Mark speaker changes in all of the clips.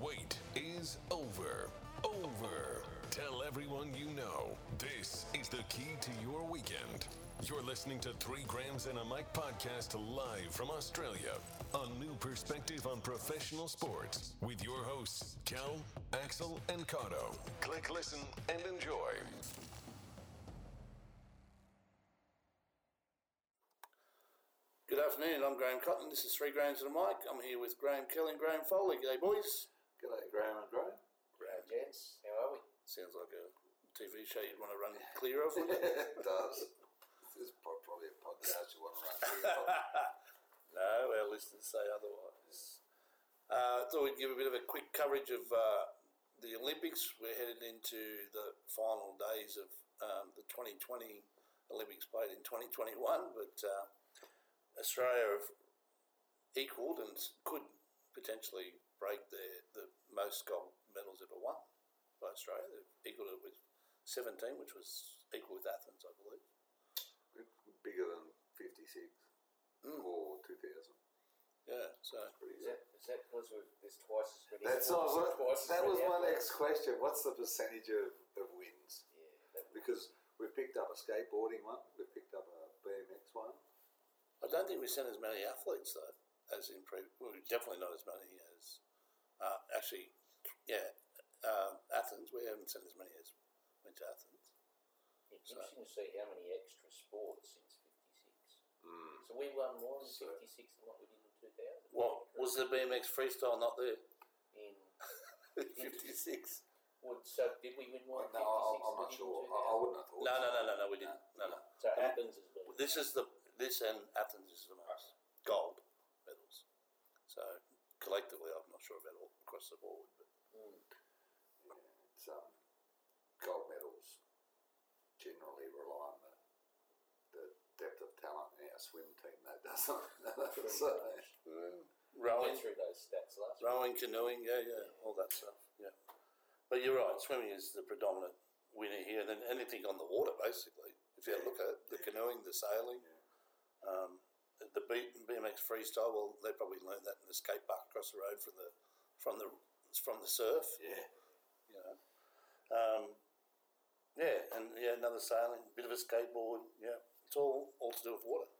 Speaker 1: wait is over. Over. Tell everyone you know. This is the key to your weekend. You're listening to Three Grams and a Mic podcast live from Australia. A new perspective on professional sports with your hosts, Kel, Axel, and Cotto. Click, listen, and enjoy.
Speaker 2: Good afternoon, I'm Graham Cotton. This is Three Grams and a Mic. I'm here with Graham Kelly and Graham Foley. G'day, boys.
Speaker 3: G'day, Graham and Graham.
Speaker 2: Graham.
Speaker 4: Gents, how are we?
Speaker 2: Sounds like a TV show you'd want to run clear of. wouldn't it?
Speaker 3: it does. This is pro- probably a podcast you want to run through.
Speaker 2: no, our listeners say otherwise. Uh, thought we'd give a bit of a quick coverage of uh, the Olympics. We're headed into the final days of um, the 2020 Olympics played in 2021, but uh, Australia have equalled and could potentially break their, the most gold medals ever won by Australia. They've equalled it with 17, which was equal with Athens, I believe.
Speaker 3: We're Bigger than 56 or 2000.
Speaker 2: Yeah, so
Speaker 3: Pretty good.
Speaker 4: Hmm. Is that, is that because we've, there's twice as many?
Speaker 3: That's not
Speaker 4: awards and
Speaker 3: what,
Speaker 4: twice as
Speaker 3: that
Speaker 4: many
Speaker 3: was my
Speaker 4: athletes?
Speaker 3: next question. What's the percentage of, of wins?
Speaker 4: Yeah, that was,
Speaker 3: Because we picked up a skateboarding one, we picked up a BMX one.
Speaker 2: I don't think we sent as many athletes though as in pre. Well, definitely not as many as uh, actually. Yeah, uh, Athens. We haven't sent as many as went to Athens.
Speaker 4: it's interesting to see how many extra sports since 56. So we won more
Speaker 3: Hmm.
Speaker 4: in
Speaker 3: So-
Speaker 4: 56 than what we did in 2000.
Speaker 2: What was the BMX freestyle not there?
Speaker 4: In,
Speaker 2: Fifty six.
Speaker 4: would, so did we win more in
Speaker 3: No, I,
Speaker 4: 56
Speaker 3: I'm
Speaker 4: than
Speaker 3: not
Speaker 4: in
Speaker 3: sure. I,
Speaker 4: 2000?
Speaker 3: I wouldn't have thought.
Speaker 2: No, no, no, no, no. We didn't. No, no.
Speaker 4: So Athens has been.
Speaker 2: This is the this and Athens is the most gold medals. So collectively, I'm not sure about all across the board, but
Speaker 4: Hmm.
Speaker 3: Yeah, it's, um, gold medals generally rely on the, the depth of talent in our swim team. That doesn't. so,
Speaker 4: We
Speaker 2: rowing.
Speaker 4: went through those stats last week.
Speaker 2: Rowing, canoeing, yeah, yeah, all that stuff, yeah. But you're right, swimming is the predominant winner here than anything on the water, basically. If you look at it, the canoeing, the sailing, um, the B- BMX freestyle, well, they probably learned that in the skate park across the road from the from the from the surf,
Speaker 3: yeah.
Speaker 2: you know. Um, yeah, and yeah, another sailing, bit of a skateboard, yeah. It's all all to do with water.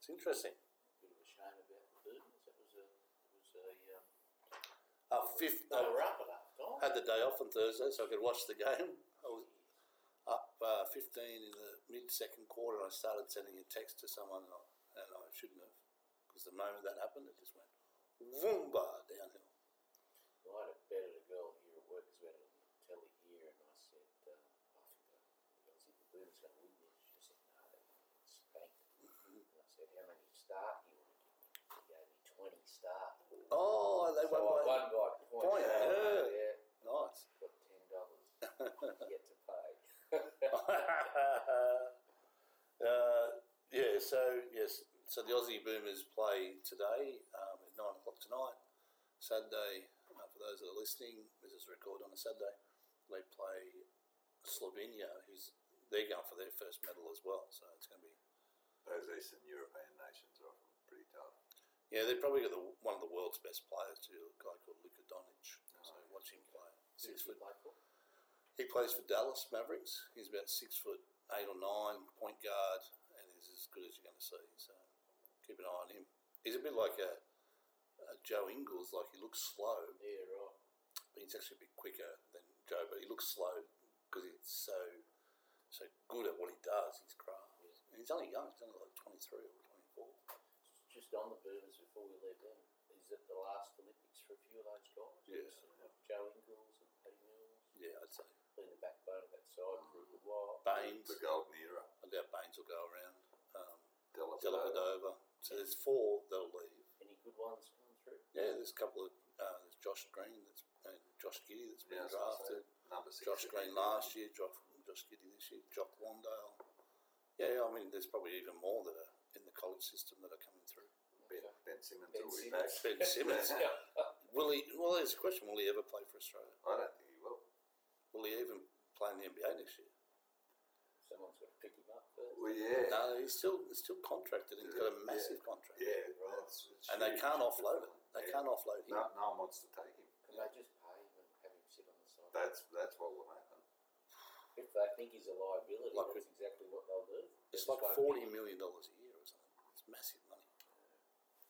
Speaker 2: It's interesting.
Speaker 4: Bit of a shame about the Burtons. That was a, it was a, um,
Speaker 2: Our fifth,
Speaker 4: they were up at half time.
Speaker 2: had the day off on Thursday, so I could watch the game. I was up uh, 15 in the mid second quarter. I started sending a text to someone, and I, and I shouldn't have, because the moment that happened, it just went woomba downhill.
Speaker 4: Well, I'd have betted a girl here at work because we had it on the telly here, and I said, uh, I think the girls in the boom's going to win this. She said, no, they won't. It's spanked. And I said, how many start do you want to give me? She gave me 20 start.
Speaker 2: Oh, they
Speaker 4: so I won
Speaker 2: won
Speaker 4: by point.
Speaker 2: point, yeah.
Speaker 4: yeah.
Speaker 2: by nice.
Speaker 4: Got $10 yet to pay.
Speaker 2: uh, yeah, so yes, so the Aussie Boomers play today um, at nine o'clock tonight, Saturday. Uh, for those that are listening, this is recorded on a Saturday. They play Slovenia, who's they're going for their first medal as well. So it's going to be
Speaker 3: Those Eastern European nations are often pretty tough.
Speaker 2: yeah, they've probably got the, one of the world's best players too, a guy called Luka Donic. so watch him play. Six foot He plays for Dallas Mavericks. He's about six foot eight or nine, point guard, and he's as good as you're going to see. So keep an eye on him. He's a bit like a, a Joe Ingles. Like he looks slow,
Speaker 4: Yeah, right.
Speaker 2: but he's actually a bit quicker than Joe. But he looks slow because he's so so good at what he does. His craft. And he's only young. He's only like twenty three or twenty four.
Speaker 4: Just on the boomers before we leave them, is it the last Olympics for a few of those guys?
Speaker 2: Yes.
Speaker 4: Joe Ingles and Paddy Mills.
Speaker 2: Yeah, I'd say
Speaker 4: been the backbone of that side for a good while.
Speaker 2: Baines.
Speaker 3: The golden era.
Speaker 2: I doubt Baines will go around. Um,
Speaker 3: Delavadova.
Speaker 2: Delavadova. So there's four that'll leave.
Speaker 4: Any good ones coming through?
Speaker 2: Yeah, there's a couple of uh, there's Josh Green that's and Josh Giddy that's been
Speaker 3: Yeah, that's what I'm
Speaker 2: drafted.
Speaker 3: saying. Number six.
Speaker 2: Josh Green last year, Josh, Josh Giddy this year, Jock Wandale. Yeah, I mean, there's probably even more that are in the college system that are coming through.
Speaker 3: Ben, ben Simmons
Speaker 4: Ben
Speaker 3: will be back.
Speaker 4: Simmons.
Speaker 2: Ben Simmons,
Speaker 3: I
Speaker 2: will he? Well, there's a question: Will he ever play for Australia?
Speaker 3: don't think he will.
Speaker 2: Will he even play in the NBA next year?
Speaker 4: Someone's got to pick him up first.
Speaker 3: Well, yeah.
Speaker 2: No, he's still he's still contracted. He's got a massive contract,
Speaker 3: Yeah, that's, it's
Speaker 2: and they
Speaker 3: huge.
Speaker 2: can't offload it. They
Speaker 3: Yeah.
Speaker 2: can't offload him.
Speaker 3: No, no one wants to take him.
Speaker 4: Can they just pay
Speaker 3: That's that's what will happen.
Speaker 4: If they think he's a liability,
Speaker 2: Like
Speaker 4: that's exactly what they'll do.
Speaker 2: It's
Speaker 4: They'll
Speaker 2: like
Speaker 4: just won't
Speaker 2: forty million dollars a year or something. It's massive money.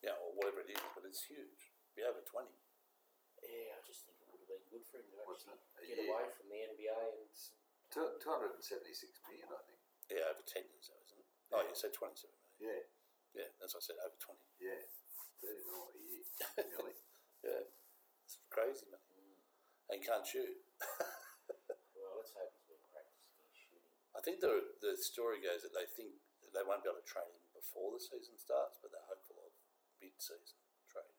Speaker 2: Yeah, or whatever it is, but it's huge. Be over twenty.
Speaker 4: pay- Yeah, I just think it would have been good for him to
Speaker 3: What's
Speaker 4: actually
Speaker 3: that? A
Speaker 4: get
Speaker 3: year?
Speaker 4: away from the NBA and s-
Speaker 3: Two hundred and seventy six million, I think.
Speaker 2: Yeah, over ten years though, isn't it? Oh yeah, so twenty seven million.
Speaker 3: Yeah,
Speaker 2: Yeah, that's what I said, over twenty.
Speaker 3: yeah, thirty million a year, nearly.
Speaker 2: Yeah. It's crazy money. And you can't shoot.
Speaker 4: well, let's hope he's been practicing his shooting.
Speaker 2: I think the the story goes that they think that they won't be able to train him before the season starts, but they're hopeful of mid season training.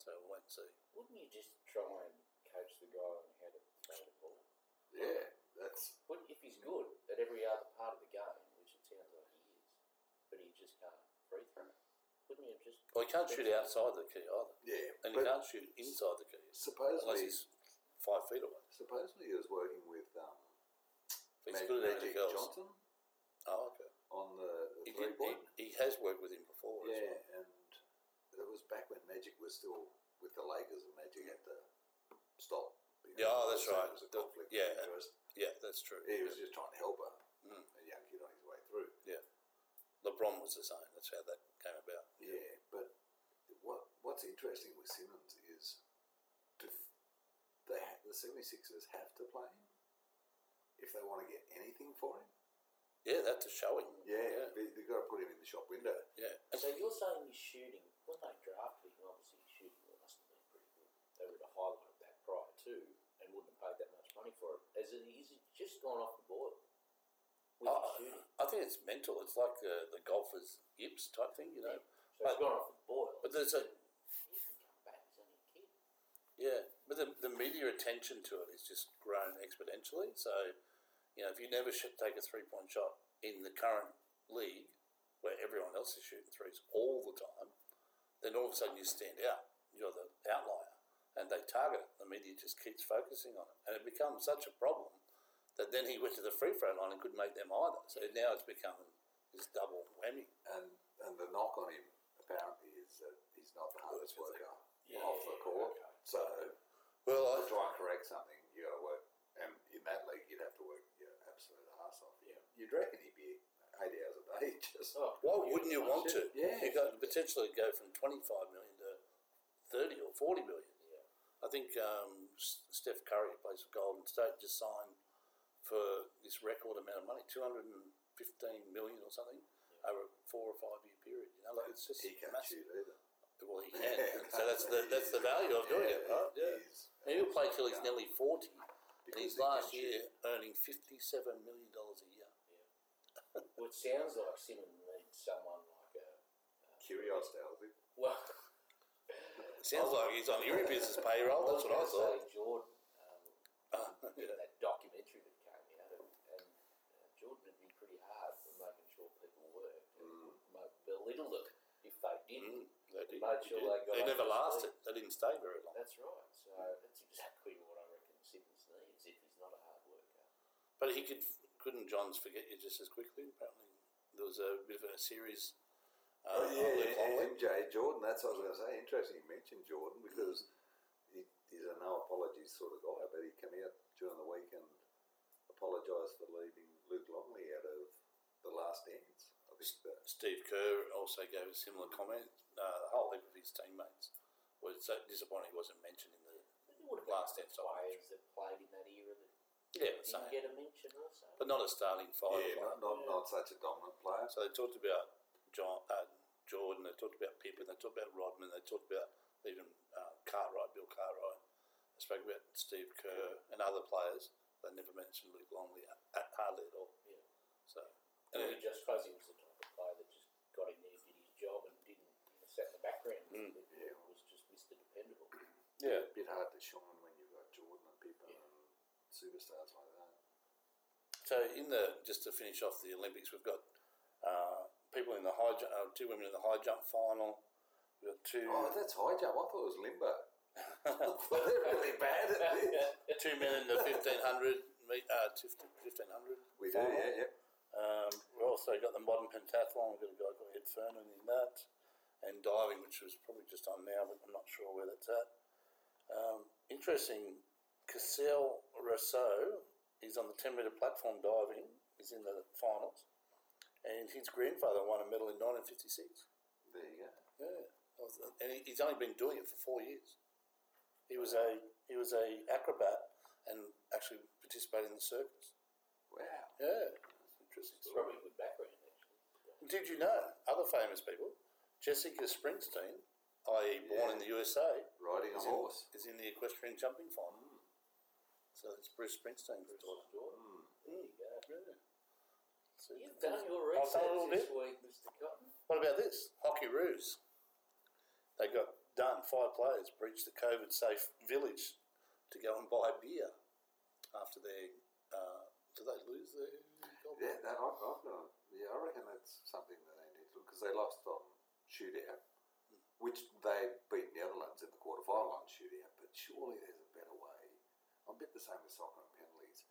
Speaker 2: So we'll wait and see.
Speaker 4: Wouldn't you just try and coach the guy on how to play the ball?
Speaker 3: Yeah, that's
Speaker 4: But if he's good at every other part of the game, which it sounds like he is, but he just can't free throw, wouldn't you just?
Speaker 2: Well he can't shoot outside the key either.
Speaker 3: yeah.
Speaker 2: And he
Speaker 3: but
Speaker 2: can't shoot inside the key. Unless
Speaker 3: supposedly,
Speaker 2: he's five feet away.
Speaker 3: supposedly he was working with um,
Speaker 2: But he's
Speaker 3: Mag-
Speaker 2: good at
Speaker 3: Magic
Speaker 2: anything else.
Speaker 3: Johnson
Speaker 2: Oh, okay.
Speaker 3: on the,
Speaker 2: He,
Speaker 3: the
Speaker 2: did, he,
Speaker 3: three point.
Speaker 2: he has worked with him before as
Speaker 3: Yeah,
Speaker 2: well.
Speaker 3: and it was back when Magic was still with the Lakers, and Magic had to stop. because
Speaker 2: Yeah, oh, that's
Speaker 3: there
Speaker 2: right.
Speaker 3: was a
Speaker 2: The-
Speaker 3: conflict of
Speaker 2: yeah.
Speaker 3: interest.
Speaker 2: Yeah, that's true.
Speaker 3: He was
Speaker 2: Yeah.
Speaker 3: just trying to help a,
Speaker 2: Mm.
Speaker 3: a young kid on his way through.
Speaker 2: yeah. LeBron was the same. That's how that came about.
Speaker 3: Yeah, but what what's interesting with Simmons is to f- they ha- the 76ers have to play him if they want to get anything for him.
Speaker 2: Yeah, that's a showing.
Speaker 3: Yeah,
Speaker 2: Yeah.
Speaker 3: They, they've got to put him in the shop window.
Speaker 2: yeah. And
Speaker 4: So you're saying he's shooting when they drafted him? Obviously, his shooting must have been pretty good. They would have highlighted that prior to and wouldn't have paid that much money for it. As it is, it just gone off the boil with his
Speaker 2: I,
Speaker 4: shooting.
Speaker 2: uh, I think it's mental. It's like the, the golfer's hips type thing, you know.
Speaker 4: So it's gone off the boil.
Speaker 2: But there's a
Speaker 4: he can come back. He's only a kid.
Speaker 2: Yeah, but the, the media attention to it is just grown exponentially. So, you know, if you never sh- take a three point shot in the current league where everyone else is shooting threes all the time, then all of a sudden you stand out. You're the outlier. And they target it. The media just keeps focusing on it. And it becomes such a problem that then he went to the free throw line and couldn't make them either. So now it's become this double whammy.
Speaker 3: And and the knock on him apparently is that he's not the hardest worker
Speaker 4: Yeah,
Speaker 3: off the court.
Speaker 4: okay. Uh,
Speaker 3: So
Speaker 2: Well,
Speaker 3: to try and correct something, you got to work. And in that league, you'd have to work your absolute ass off.
Speaker 4: Yeah.
Speaker 3: You'd reckon he'd be eight hours a day just.
Speaker 4: Oh,
Speaker 2: Why wouldn't you want to?
Speaker 3: Yeah.
Speaker 2: You could potentially go from 25 million to 30 or 40 million.
Speaker 4: Yeah.
Speaker 2: I think um, S- Steph Curry, who plays for Golden State, just signed for this record amount of money, 215 million or something, over a four or five year period. You know, like it's just
Speaker 3: He can't
Speaker 2: massive.
Speaker 3: shoot either.
Speaker 2: Well, he can. so that's the, that's the value of doing it, right? Yeah.
Speaker 3: he's-
Speaker 2: And he'll play till he's
Speaker 3: Yeah.
Speaker 2: nearly 40, and
Speaker 3: Because
Speaker 2: he's
Speaker 3: he can
Speaker 2: last
Speaker 3: shoot.
Speaker 2: year earning $57 million a year.
Speaker 4: Well, it sounds like Simon needs someone like a
Speaker 3: Curious Dalsy.
Speaker 4: well.
Speaker 2: It sounds like he's on Erie Business payroll, that's what I
Speaker 4: was
Speaker 2: thought.
Speaker 4: gonna say Jordan, um,
Speaker 2: Yeah.
Speaker 4: that documentary that came out, and, and uh, Jordan would be pretty hard for making sure people work
Speaker 2: Mm.
Speaker 4: and mo- belittle it if they didn't.
Speaker 2: They, did.
Speaker 4: Made sure they got
Speaker 2: They
Speaker 4: up
Speaker 2: never
Speaker 4: to
Speaker 2: lasted.
Speaker 4: speed.
Speaker 2: They didn't stay very long.
Speaker 4: That's right. So that's exactly what I reckon Simmons needs if he's not a hard worker.
Speaker 2: But he could couldn't Johns forget you just as quickly. Apparently, there was a bit of a series. Uh,
Speaker 3: Oh,
Speaker 2: on Luke
Speaker 3: yeah,
Speaker 2: Longley.
Speaker 3: MJ Jordan. That's what I was going to say. Interesting you mentioned Jordan because he, he's a no apologies sort of guy, but he came out during the week and apologised for leaving Luke Longley out of the last dance. I think that.
Speaker 2: Steve Kerr also gave a similar comment. Uh, a whole heap of his teammates were so disappointed he wasn't mentioned in the
Speaker 4: But there would have
Speaker 2: Last
Speaker 4: been
Speaker 2: dance, I
Speaker 4: other players that played in that era that
Speaker 2: yeah the
Speaker 4: didn't
Speaker 2: same,
Speaker 4: get a mention also.
Speaker 2: but not a starting five.
Speaker 3: Yeah, not, not, not such a dominant player.
Speaker 2: So they talked about John, uh, Jordan, they talked about Pippen, they talked about Rodman, they talked about even uh, Cartwright, Bill Cartwright. They spoke about Steve Kerr and other players. They never mentioned Luke Longley at, at hardly at all.
Speaker 4: Yeah.
Speaker 2: So,
Speaker 4: And
Speaker 2: and
Speaker 4: he just suppose he was the type of player that just got in there, did his job, and didn't you know, sat in the background.
Speaker 2: Mm.
Speaker 4: It
Speaker 3: Yeah.
Speaker 4: was just Mr. Dependable.
Speaker 2: yeah,
Speaker 3: A bit hard to shine when you've got Jordan and people and superstars like that.
Speaker 2: So in the just to finish off the Olympics, we've got uh, people in the high jump, uh, two women in the high jump final. We've got two
Speaker 3: Oh, that's high jump. I thought it was limbo. well, they're really bad at this.
Speaker 2: two men in the fifteen hundred uh, fifteen hundred.
Speaker 3: We do, yeah, yeah.
Speaker 2: Um, we've also got the modern pentathlon. We've got a guy called Ed Fernan in that, and diving, which was probably just on now, but I'm not sure where that's at. Um, interesting Cassel Rousseau is on the 10 metre platform diving, is in the finals, and his grandfather won a medal in 1956.
Speaker 3: There you go.
Speaker 2: Yeah, I was- and he- he's only been doing it for four years. He was a he was a acrobat and actually participated in the circus.
Speaker 3: Wow.
Speaker 2: Yeah, it's interesting.
Speaker 4: It's probably a good background, actually.
Speaker 2: Did you know other famous people? Jessica Springsteen, i.e., born in the USA,
Speaker 3: Riding a
Speaker 2: is in,
Speaker 3: horse.
Speaker 2: is in the equestrian jumping final. So it's Bruce Springsteen's daughter.
Speaker 4: There you go.
Speaker 2: Yeah. So-
Speaker 4: You've done your
Speaker 2: I've done a
Speaker 4: research
Speaker 2: little
Speaker 4: this
Speaker 2: bit.
Speaker 4: week, Mr. Cotton.
Speaker 2: What about this? Hockey Roos. They got done. Five players breached the COVID safe village to go and buy beer after their. Uh, do they lose their goal?
Speaker 3: Yeah, that, I, I've not, yeah, I reckon that's something that they need to look because they lost on shootout, which they beat Netherlands in the quarterfinal on shootout. But surely there's a better way. I'm a bit the same with soccer and penalties.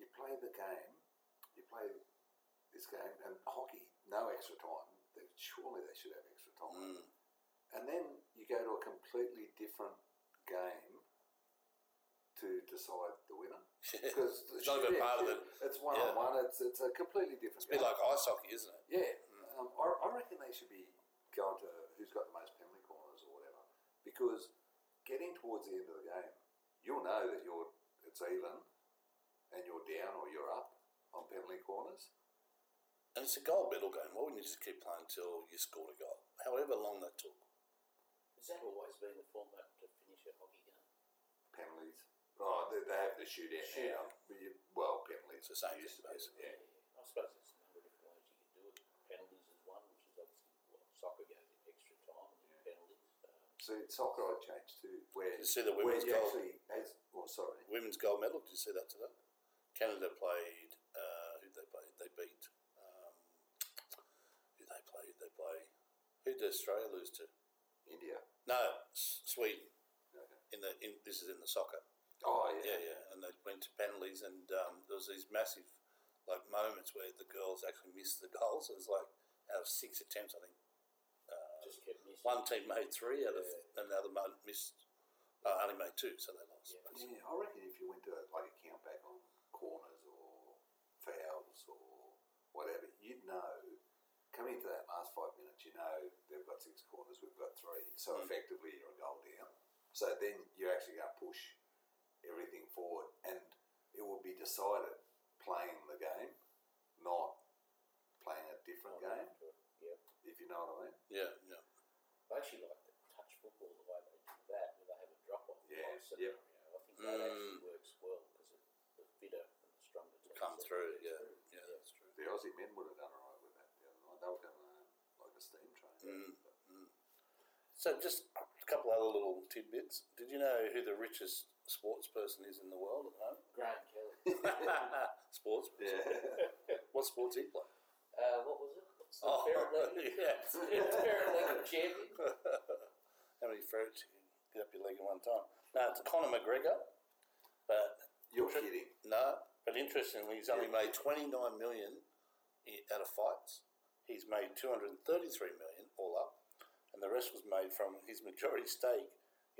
Speaker 3: You play the game, you play this game, and hockey, no extra time. They, surely they should have extra time.
Speaker 2: Mm.
Speaker 3: And then you go to a completely different game to decide the winner. Because
Speaker 2: It's not even part of the-
Speaker 3: It's one on one. It's it's a completely different.
Speaker 2: It's a bit
Speaker 3: game.
Speaker 2: like ice hockey, isn't it?
Speaker 3: yeah, um, I, I reckon they should be going to who's got the most penalty corners or whatever, because getting towards the end of the game, you'll know that you're it's even, and you're down or you're up on penalty corners.
Speaker 2: And it's a gold medal game. Why wouldn't you just keep playing until you scored a goal? However long that took.
Speaker 4: Has that always been the format to finish a hockey game?
Speaker 3: Penalties. Oh, they, they have the shootout now.
Speaker 4: Shootout.
Speaker 3: But you, well, penalties.
Speaker 2: It's the same
Speaker 3: You used
Speaker 2: thing,
Speaker 3: to do,
Speaker 2: basically.
Speaker 3: Yeah.
Speaker 4: I suppose there's a number of different ways you could do it. Penalties is one, which is obviously well, soccer goes in extra time and then penalties. Um,
Speaker 3: So in soccer, I changed to where
Speaker 2: You see the
Speaker 3: where
Speaker 2: women's
Speaker 3: you
Speaker 2: goal.
Speaker 3: actually. As, oh, sorry.
Speaker 2: Women's gold medal. Did you see that today? Canada played. Uh, who they played? They beat. Um, who they play? Who they play? Who did Australia lose to?
Speaker 3: India.
Speaker 2: No, S- Sweden.
Speaker 3: Okay.
Speaker 2: In the in, this is in the soccer.
Speaker 3: Oh
Speaker 2: Yeah, yeah. And they went to penalties, and um, there was these massive like moments where the girls actually missed the goals. It was like out of six attempts, I think
Speaker 4: uh, just kept missing.
Speaker 2: one team made three out of, and the other mo- missed. Uh, only made two, so they lost.
Speaker 4: Yeah.
Speaker 3: Yeah, I reckon if you went to like a count back on corners or fouls or whatever, you'd know coming into that last five minutes, you know they've got six corners, we've got three. So effectively, you're a goal down. So then you're actually going to push everything forward, and it will be decided playing the game, not playing a different game.
Speaker 4: Yeah.
Speaker 3: If you know what I mean?
Speaker 2: Yeah, yeah.
Speaker 4: I actually like the touch football the way they do that, where they have a drop off
Speaker 3: Yeah, yep.
Speaker 4: scenario. I think that
Speaker 2: Mm.
Speaker 4: actually works well because the fitter and the stronger teams
Speaker 2: Come
Speaker 4: that
Speaker 2: through.
Speaker 4: get
Speaker 2: Yeah, yeah, that's true.
Speaker 3: The Aussie men would have done all right with that the other night. They were going uh, like a steam train. But-
Speaker 2: So, just a couple other little tidbits. Did you know who the richest sports person is in the world at the moment?
Speaker 4: Graham Kelly.
Speaker 2: sports person. What sports he play?
Speaker 4: uh, what was it? What's the
Speaker 2: Oh,
Speaker 4: Paralympic
Speaker 2: yes.
Speaker 4: Paralympic champion?
Speaker 2: How many ferrets you can get up your leg at one time? No, it's Conor McGregor. But
Speaker 3: You're kidding.
Speaker 2: no, but interestingly, he's only made twenty nine million i- out of fights. He's made two hundred thirty three million all up, and the rest was made from his majority stake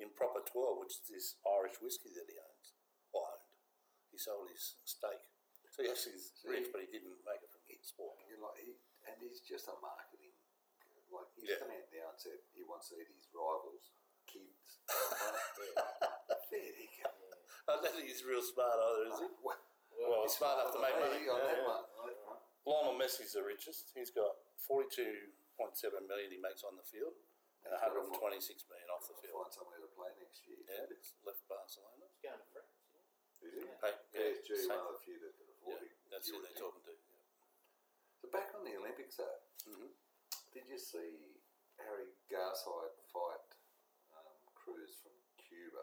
Speaker 2: in Proper Twelve, which is this Irish whiskey that he owns or owned. He sold his stake, so he actually is rich, but he didn't make it from his sport.
Speaker 3: You know, like he, and he's just a marketing. Like he's
Speaker 2: Yeah.
Speaker 3: come out now and said he wants to eat his rivals' kids. there you go.
Speaker 2: I don't think he's real smart either, is he?
Speaker 3: Well,
Speaker 2: Well, he's smart enough to make money.
Speaker 3: hey, on
Speaker 2: Yeah.
Speaker 3: that one, on that one.
Speaker 2: Lionel Messi's the richest. He's got forty-two point seven million he makes on the field, and one
Speaker 3: That's
Speaker 2: hundred and
Speaker 3: beautiful.
Speaker 2: twenty-six million off the field.
Speaker 3: Find somewhere to play next year.
Speaker 2: Yeah, it's left Barcelona.
Speaker 4: He's going to France. isn't he?
Speaker 3: Is he?
Speaker 2: Hey, yeah,
Speaker 3: PSG,
Speaker 2: same.
Speaker 3: one of the few that can
Speaker 2: Yeah,
Speaker 3: afford him.
Speaker 2: that's who
Speaker 3: You would
Speaker 2: they're
Speaker 3: think.
Speaker 2: talking to. yeah.
Speaker 3: So back on the Olympics, though,
Speaker 2: Mm-hmm.
Speaker 3: did you see Harry Garside fight um, Cruz from Cuba?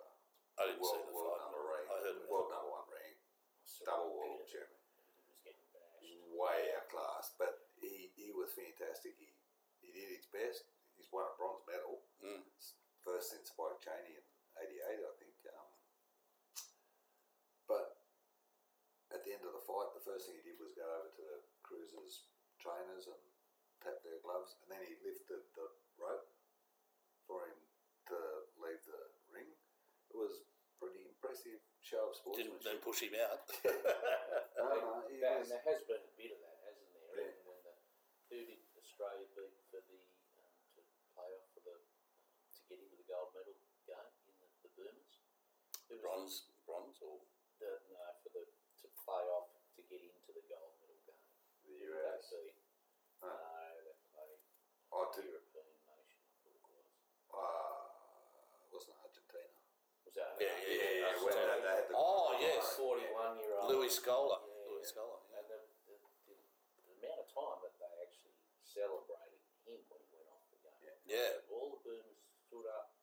Speaker 2: I didn't
Speaker 3: world,
Speaker 2: see the fight.
Speaker 3: world number
Speaker 2: I heard
Speaker 3: ranked,
Speaker 2: about
Speaker 3: world number one ranked, double world champion.
Speaker 4: He was getting bashed.
Speaker 3: way outclassed, but he, he was fantastic. He, he did his best. He's won a bronze medal, S- first since Spike Cheney in '88, I think. Um, but at the end of the fight, the first thing he did was go over to the cruisers' trainers and tap their gloves, and then he lifted the rope for him to leave the ring. It was pretty impressive. aggressive, show of
Speaker 2: Didn't
Speaker 3: sportsmanship.
Speaker 2: then push him out.
Speaker 3: No, no, he
Speaker 4: That,
Speaker 3: was,
Speaker 4: and there has been a bit of that, hasn't there?
Speaker 3: Yeah.
Speaker 4: Even when the, who did Australia beat for the um, to play off for the to get into the gold medal game in the, the Burmans? Who was
Speaker 2: bronze, bronze, or
Speaker 4: The, no, for the to play off to get into the gold medal game.
Speaker 3: the Uh,
Speaker 4: Who did
Speaker 3: US.
Speaker 4: They beat?
Speaker 3: Huh.
Speaker 4: No, they played
Speaker 3: Oh,
Speaker 4: a
Speaker 3: did it?
Speaker 4: European nation. I thought it was.
Speaker 3: Uh, wasn't Argentina.
Speaker 4: Was that?
Speaker 2: Yeah, yeah, yeah, yeah,
Speaker 4: Australia?
Speaker 2: when
Speaker 3: they had the-
Speaker 2: Oh, yes.
Speaker 4: forty-one year old
Speaker 2: Louis Scola.
Speaker 4: Yeah,
Speaker 2: Louis
Speaker 4: yeah.
Speaker 2: Scola.
Speaker 4: And the, the, the, the amount of time that they actually celebrated him when he went off the game.
Speaker 2: Yeah. yeah.
Speaker 4: All the Burmans stood up,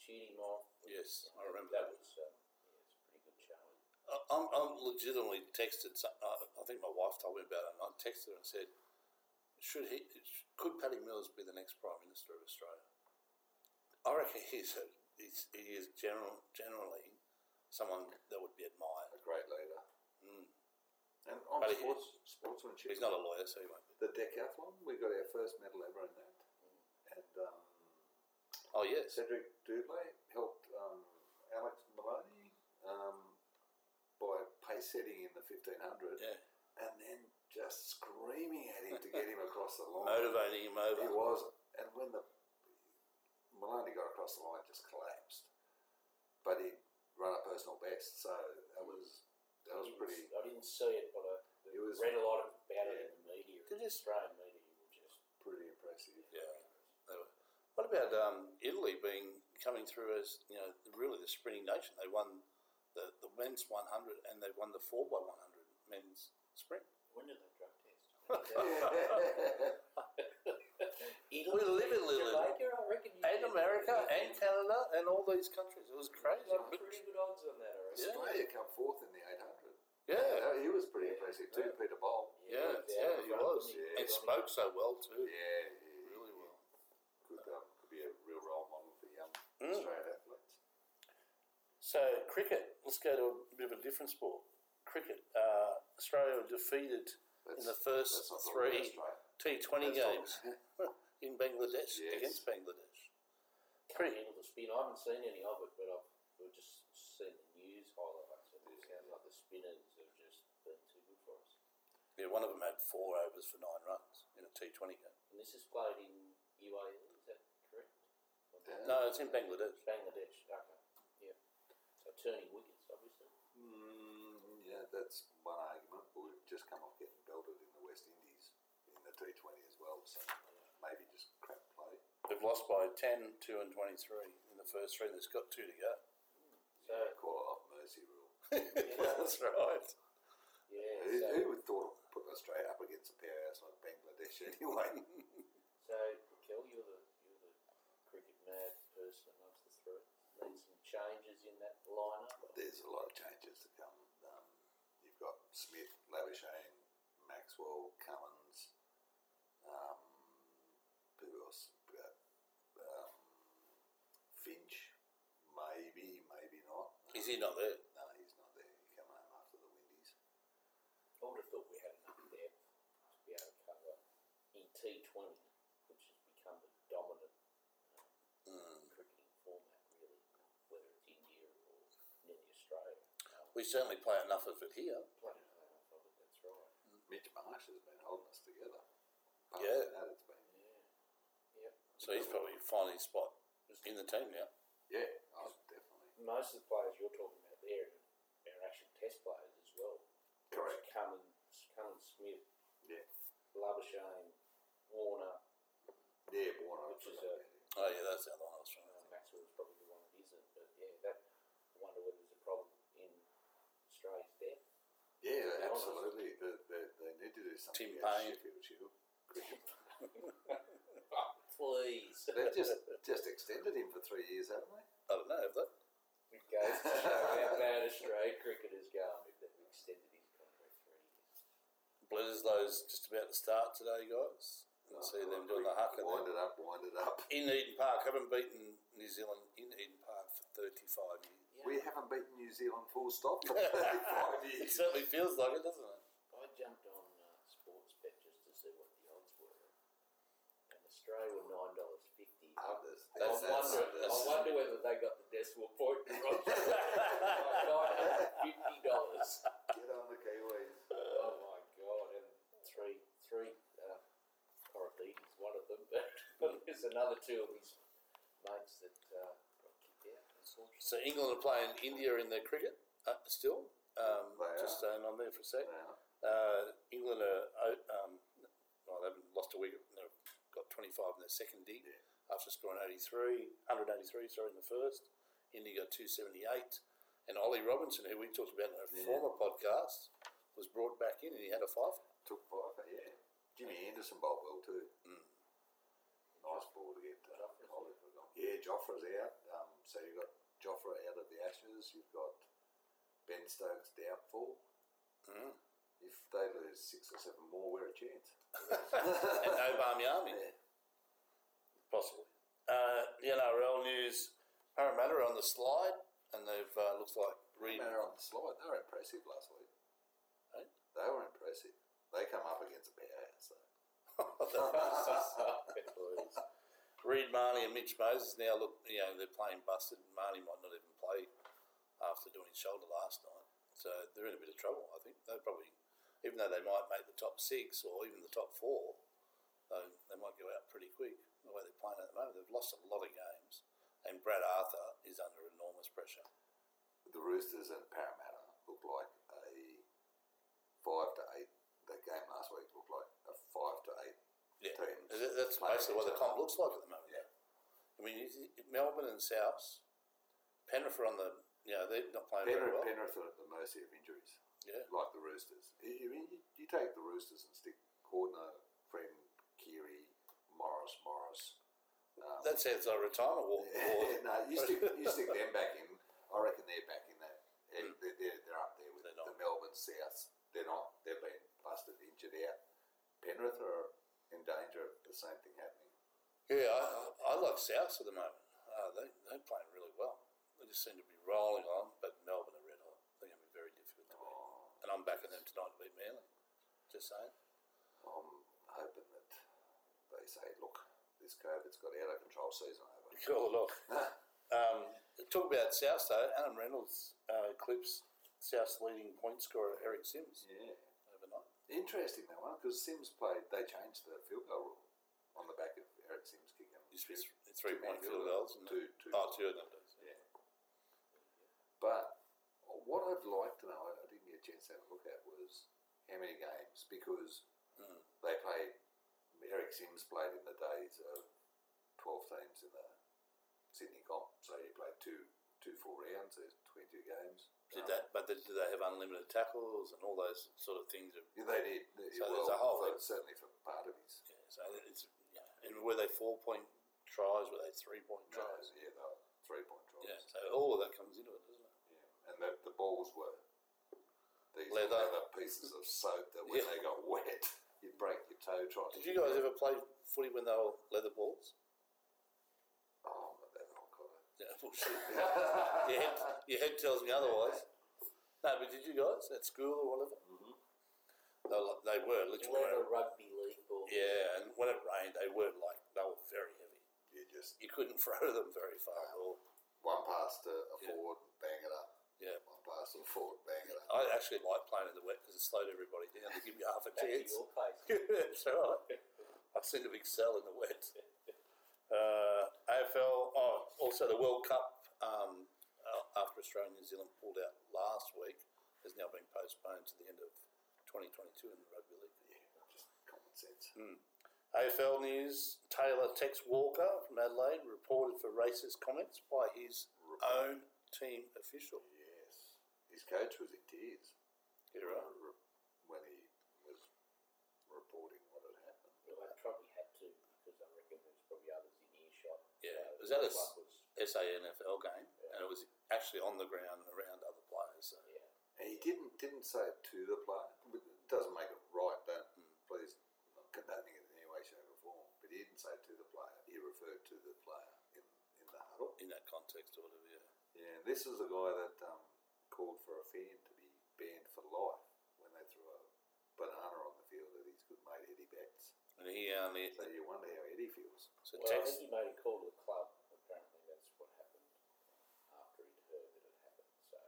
Speaker 4: cheered him on.
Speaker 2: Yes, I remember
Speaker 4: that.
Speaker 2: that.
Speaker 4: was um, yeah, it's a pretty good showing.
Speaker 2: I- I'm, I'm legitimately texted. some- I I think my wife told me about it, and I texted her and said, "Should he? sh- Could Paddy Mills be the next Prime Minister of Australia?" I reckon he's a, he's, he is general, generally someone that would be admired.
Speaker 3: A great leader.
Speaker 2: Mm.
Speaker 3: And on
Speaker 2: But he-
Speaker 3: sports, sportsmanship.
Speaker 2: He's not a lawyer, so he won't be.
Speaker 3: the decathlon, we got our first medal ever in that. And um,
Speaker 2: Oh yes,
Speaker 3: Cedric Dublay helped um, Alex Maloney um, by pace setting in the 1500
Speaker 2: yeah,
Speaker 3: and then just screaming at him to get him across the line.
Speaker 2: motivating him over.
Speaker 3: He was, and when the Maloney got across the line, just collapsed. But he run a personal best, so that was that was
Speaker 4: I didn't-
Speaker 3: pretty.
Speaker 4: I didn't see it, but I
Speaker 3: It was-
Speaker 4: uh, read a lot about
Speaker 3: yeah.
Speaker 4: it in the media.
Speaker 2: Did
Speaker 4: the
Speaker 2: it-
Speaker 4: Australian media were just
Speaker 3: pretty impressive.
Speaker 2: Yeah. They were- What about um, Italy being coming through as you know really the sprinting nation? They won the, the men's 100 and they won the four by 100 men's sprint.
Speaker 4: when did they drug test?
Speaker 2: We live in Lillard.
Speaker 4: Jamaica, I reckon. you
Speaker 2: And
Speaker 4: did.
Speaker 2: America and Canada and all these countries. It was
Speaker 4: You
Speaker 2: crazy.
Speaker 4: got pretty good odds on that, I reckon.
Speaker 3: Australia come fourth in the
Speaker 2: Yeah,
Speaker 3: 800. Yeah, he was pretty impressive too, Peter Bowl.
Speaker 2: yeah, yeah, he was.
Speaker 3: Yeah.
Speaker 2: And spoke so well too.
Speaker 3: Yeah, he
Speaker 2: Really well.
Speaker 3: could, um, could be a real role model for young
Speaker 2: Mm.
Speaker 3: Australian athletes.
Speaker 2: So cricket. Let's go to a bit of a different sport. Cricket. Uh, Australia were defeated in the
Speaker 3: That's-
Speaker 2: first
Speaker 3: that's not talking about
Speaker 2: three
Speaker 3: Australia.
Speaker 2: T20
Speaker 3: Let's talk-
Speaker 2: games in Bangladesh
Speaker 3: Yes.
Speaker 2: against Bangladesh.
Speaker 4: Pretty into the spin. I haven't seen any of it, but I've we've just seen the news highlights, and it sounds like the spinners have just been too good for us.
Speaker 2: Yeah, one of them had four overs for nine runs in a T20 game.
Speaker 4: And this is played in UAE, is that correct? Or
Speaker 3: Yeah.
Speaker 2: No, it's in Bangladesh.
Speaker 4: Bangladesh, okay. Yeah. So turning wickets, obviously.
Speaker 3: Mm, yeah, that's one argument. But we've just come off getting belted in the West Indies in the T20 as well, so maybe just crap play.
Speaker 2: They've lost by 10, 2 and 23 in the first three. They've got two to go.
Speaker 4: So
Speaker 3: Call it off mercy rule.
Speaker 2: That's right.
Speaker 4: yeah,
Speaker 3: Who,
Speaker 4: so,
Speaker 3: who would thought of putting Australia up against a powerhouse like Bangladesh anyway?
Speaker 4: so Kel, you're the you're the cricket mad person amongst the three. Need some changes in that lineup.
Speaker 3: There's a lot of changes to come. Um, you've got Smith, Labuschagne, Maxwell, Cummins. Um, who else? Uh, um, Finch, maybe, maybe not.
Speaker 2: Is he not there?
Speaker 3: No, he's not there. He came home after the Windies.
Speaker 4: I would have thought we had enough depth to be able to cover in T20, which has become the dominant um, cricketing format, really, whether it's India or nearly Australia. Um,
Speaker 2: We certainly play enough of it here.
Speaker 4: plenty of enough of it, that's right.
Speaker 3: Mitch Marsh has been holding us together. Apart
Speaker 2: Yeah.
Speaker 3: from That, it's been,
Speaker 4: Yeah. Yep.
Speaker 2: So he's probably finding his spot in the team now.
Speaker 3: yeah, oh, definitely.
Speaker 4: Most of the players you're talking about there are actual test players as well.
Speaker 3: Correct.
Speaker 4: Cummins, Cummins Smith,
Speaker 3: Yeah.
Speaker 4: Labuschagne, Warner,
Speaker 3: Yeah, Warner. I
Speaker 4: Which is
Speaker 3: forgot about
Speaker 4: a-
Speaker 3: him.
Speaker 2: Oh, yeah, that's the other one I was trying to
Speaker 4: Uh, Maxwell's probably the one that isn't, but yeah, that I wonder whether there's a problem in Australia's depth.
Speaker 3: Yeah,
Speaker 4: Yeah,
Speaker 3: absolutely. They, they, they need to do something.
Speaker 2: Tim
Speaker 3: about
Speaker 2: Payne.
Speaker 3: Sheffield Shield. cricket.
Speaker 4: Oh, please.
Speaker 3: They've just just extended him for three years, haven't they?
Speaker 2: I don't know, have they?
Speaker 4: It goes to show how bad Australian cricket has gone if they've extended his contract for any years.
Speaker 2: Bledisloe's just about to start today, guys. You can see them doing the huck and
Speaker 3: Oh, Wind
Speaker 2: then
Speaker 3: it up, wind it up.
Speaker 2: in Eden Park. Haven't beaten New Zealand in Eden Park for 35 years.
Speaker 3: We haven't beaten New Zealand full stop for 35
Speaker 2: It
Speaker 3: years.
Speaker 2: certainly feels like it, doesn't it?
Speaker 4: I jumped on uh, sports bet just to see what the odds were. And Australia were nine dollars fifty. I
Speaker 3: Others.
Speaker 4: wonder,
Speaker 3: That's-
Speaker 4: I
Speaker 3: that's-
Speaker 4: wonder whether they got the decimal point wrong. Nine Oh uh, two of these mates that uh, got kicked out, unfortunately.
Speaker 2: So England are playing India in their cricket uh, still. Um,
Speaker 3: They
Speaker 2: just
Speaker 3: are.
Speaker 2: staying on there for a sec.
Speaker 3: Now,
Speaker 2: Uh, England are out- um, well, they haven't lost a wicket. and They've got 25 in their second D after scoring 83, 183 sorry, in the first. India got 278. And Ollie Robinson, who we talked about in a former podcast, was brought back in and he had a five.
Speaker 3: took five, yeah. Jimmy Anderson bowled well too. Nice ball to get to Collingwood on. Yeah, Joffre's out. Um, so you've got Joffre out of the Ashes. You've got Ben Stokes doubtful. If they lose six or seven more, we're a chance.
Speaker 2: and no Barmiami. Possibly. Uh, the NRL news Parramatta are on the slide and they've uh, looked like re-
Speaker 3: Matter on the slide, they were impressive last week.
Speaker 2: Right?
Speaker 3: They were impressive. They come up against a powerhouse. though.
Speaker 2: Reed Marnie and Mitch Moses now look, you know, they're playing busted. Marnie might not even play after doing his shoulder last night. So they're in a bit of trouble, I think. They probably, even though they might make the top six or even the top four, they, they might go out pretty quick the way they're playing at the moment. They've lost a lot of games. And Brad Arthur is under enormous pressure.
Speaker 3: the Roosters and Parramatta look like a five to eight. That game last week looked like a five to eight
Speaker 2: Yeah.
Speaker 3: team.
Speaker 2: That- That's basically what the comp looks like at the moment.
Speaker 3: Yeah.
Speaker 2: I mean, you see Melbourne and South, Penrith are on the, you know, they're not playing very
Speaker 3: Penrith,
Speaker 2: well.
Speaker 3: Penrith are at the mercy of injuries,
Speaker 2: Yeah.
Speaker 3: like the Roosters. You, you, mean, you- you take the Roosters and stick Cordner, Friend, Keary, Morris, Morris. Um,
Speaker 2: That sounds like a retirement walk.
Speaker 3: yeah, no, you stick, you stick them back in. I reckon they're back in that. They're, they're, they're, they're up there
Speaker 2: Hmm.
Speaker 3: with
Speaker 2: They're not.
Speaker 3: the Melbourne Souths. They're not. They've been busted, injured out. Penrith are in danger of the same thing happening.
Speaker 2: Yeah, I, I like South at the moment. Uh, they, they're playing really well. They just seem to be rolling on, but Melbourne are red hot. They're going to be very difficult to beat.
Speaker 3: Oh.
Speaker 2: And I'm backing them tonight to beat Manly. Just saying.
Speaker 3: I'm hoping that they say, look, this COVID's got out of control. Season over.
Speaker 2: Cool, look. um, talk about South, though. Adam Reynolds uh, clips South's leading point scorer, Eric Sims,
Speaker 3: Yeah.
Speaker 2: overnight.
Speaker 3: Interesting that one because Sims played. They changed the field goal rule on the back of Eric Sims kicking.
Speaker 2: It's it's three
Speaker 3: Two man
Speaker 2: point field goals. and-
Speaker 3: Two- two.
Speaker 2: Oh, two of them does.
Speaker 3: Yeah. But what I'd like to know, I I didn't get a chance to have a look at, was how many games because
Speaker 2: Mm.
Speaker 3: they played. Eric Sims played in the days of twelve teams in the Sydney comp, so he played two two full rounds. There's twenty two games.
Speaker 2: Did
Speaker 3: Um,
Speaker 2: that, but did, did they have unlimited tackles and all those sort of things? That,
Speaker 3: Yeah, they did. They-
Speaker 2: So
Speaker 3: well,
Speaker 2: there's a whole
Speaker 3: for-
Speaker 2: heap.
Speaker 3: certainly for part of his
Speaker 2: yeah, so it's yeah. And were they four point tries? Were they three point tries?
Speaker 3: tries. Yeah, they were three point tries.
Speaker 2: Yeah. So all of that comes into it, doesn't it?
Speaker 3: Yeah. And the, the balls were these
Speaker 2: Leather.
Speaker 3: leather. pieces of soap that when
Speaker 2: Yeah.
Speaker 3: they got wet, you'd break your toe trying to.
Speaker 2: Did you guys ever play footy when they were leather balls?
Speaker 3: Oh, but that whole kind of-
Speaker 2: Yeah. Well, shit. your, head, your head tells me otherwise. No, but did you guys at school or whatever? They were, they were
Speaker 4: You
Speaker 2: literally.
Speaker 4: remember rugby league ball?
Speaker 2: Yeah, and when it rained, they were like they were very heavy.
Speaker 3: You just
Speaker 2: You couldn't throw them very far at all.
Speaker 3: one pass to a
Speaker 2: Yeah.
Speaker 3: forward, bang it up.
Speaker 2: Yeah.
Speaker 3: One pass to a forward, bang it up.
Speaker 2: I actually like playing in the wet because it slowed everybody down to give you half a
Speaker 4: Back to
Speaker 2: chance.
Speaker 4: your place.
Speaker 2: That's all right. I seem to excel in the wet. Uh, AFL, oh, also the World Cup um, uh, after Australia and New Zealand pulled out last week has now been postponed to the end of 2022 in the Rugby League.
Speaker 3: Just common sense.
Speaker 2: Hmm. AFL news Taylor Tex Walker from Adelaide reported for racist comments by his own team official.
Speaker 3: Yes. His coach was in tears
Speaker 2: Yeah, right.
Speaker 3: re- when he was reporting what had happened.
Speaker 4: Well, I probably had to because I reckon there's probably others in earshot.
Speaker 2: Yeah,
Speaker 4: Uh,
Speaker 2: was that a
Speaker 4: one
Speaker 2: s-
Speaker 4: was-
Speaker 2: SANFL game, and it was actually on the ground around other players. So.
Speaker 4: yeah.
Speaker 3: And he didn't didn't say it to the player. but It doesn't make it right. Don't
Speaker 2: Hmm.
Speaker 3: please not condoning it in any way, shape, or form. But he didn't say it to the player. He referred to the player in, in the huddle.
Speaker 2: in that context or whatever. Yeah.
Speaker 3: Yeah, and this is the guy that um, called for a fan to be banned for life when they threw a banana on the field at his good mate Eddie Betts.
Speaker 2: And he only
Speaker 3: So you wonder how Eddie feels.
Speaker 2: so
Speaker 4: Well, I
Speaker 2: Tex,
Speaker 4: think he made a call to the club. Apparently, that's what happened after he'd heard that it happened. So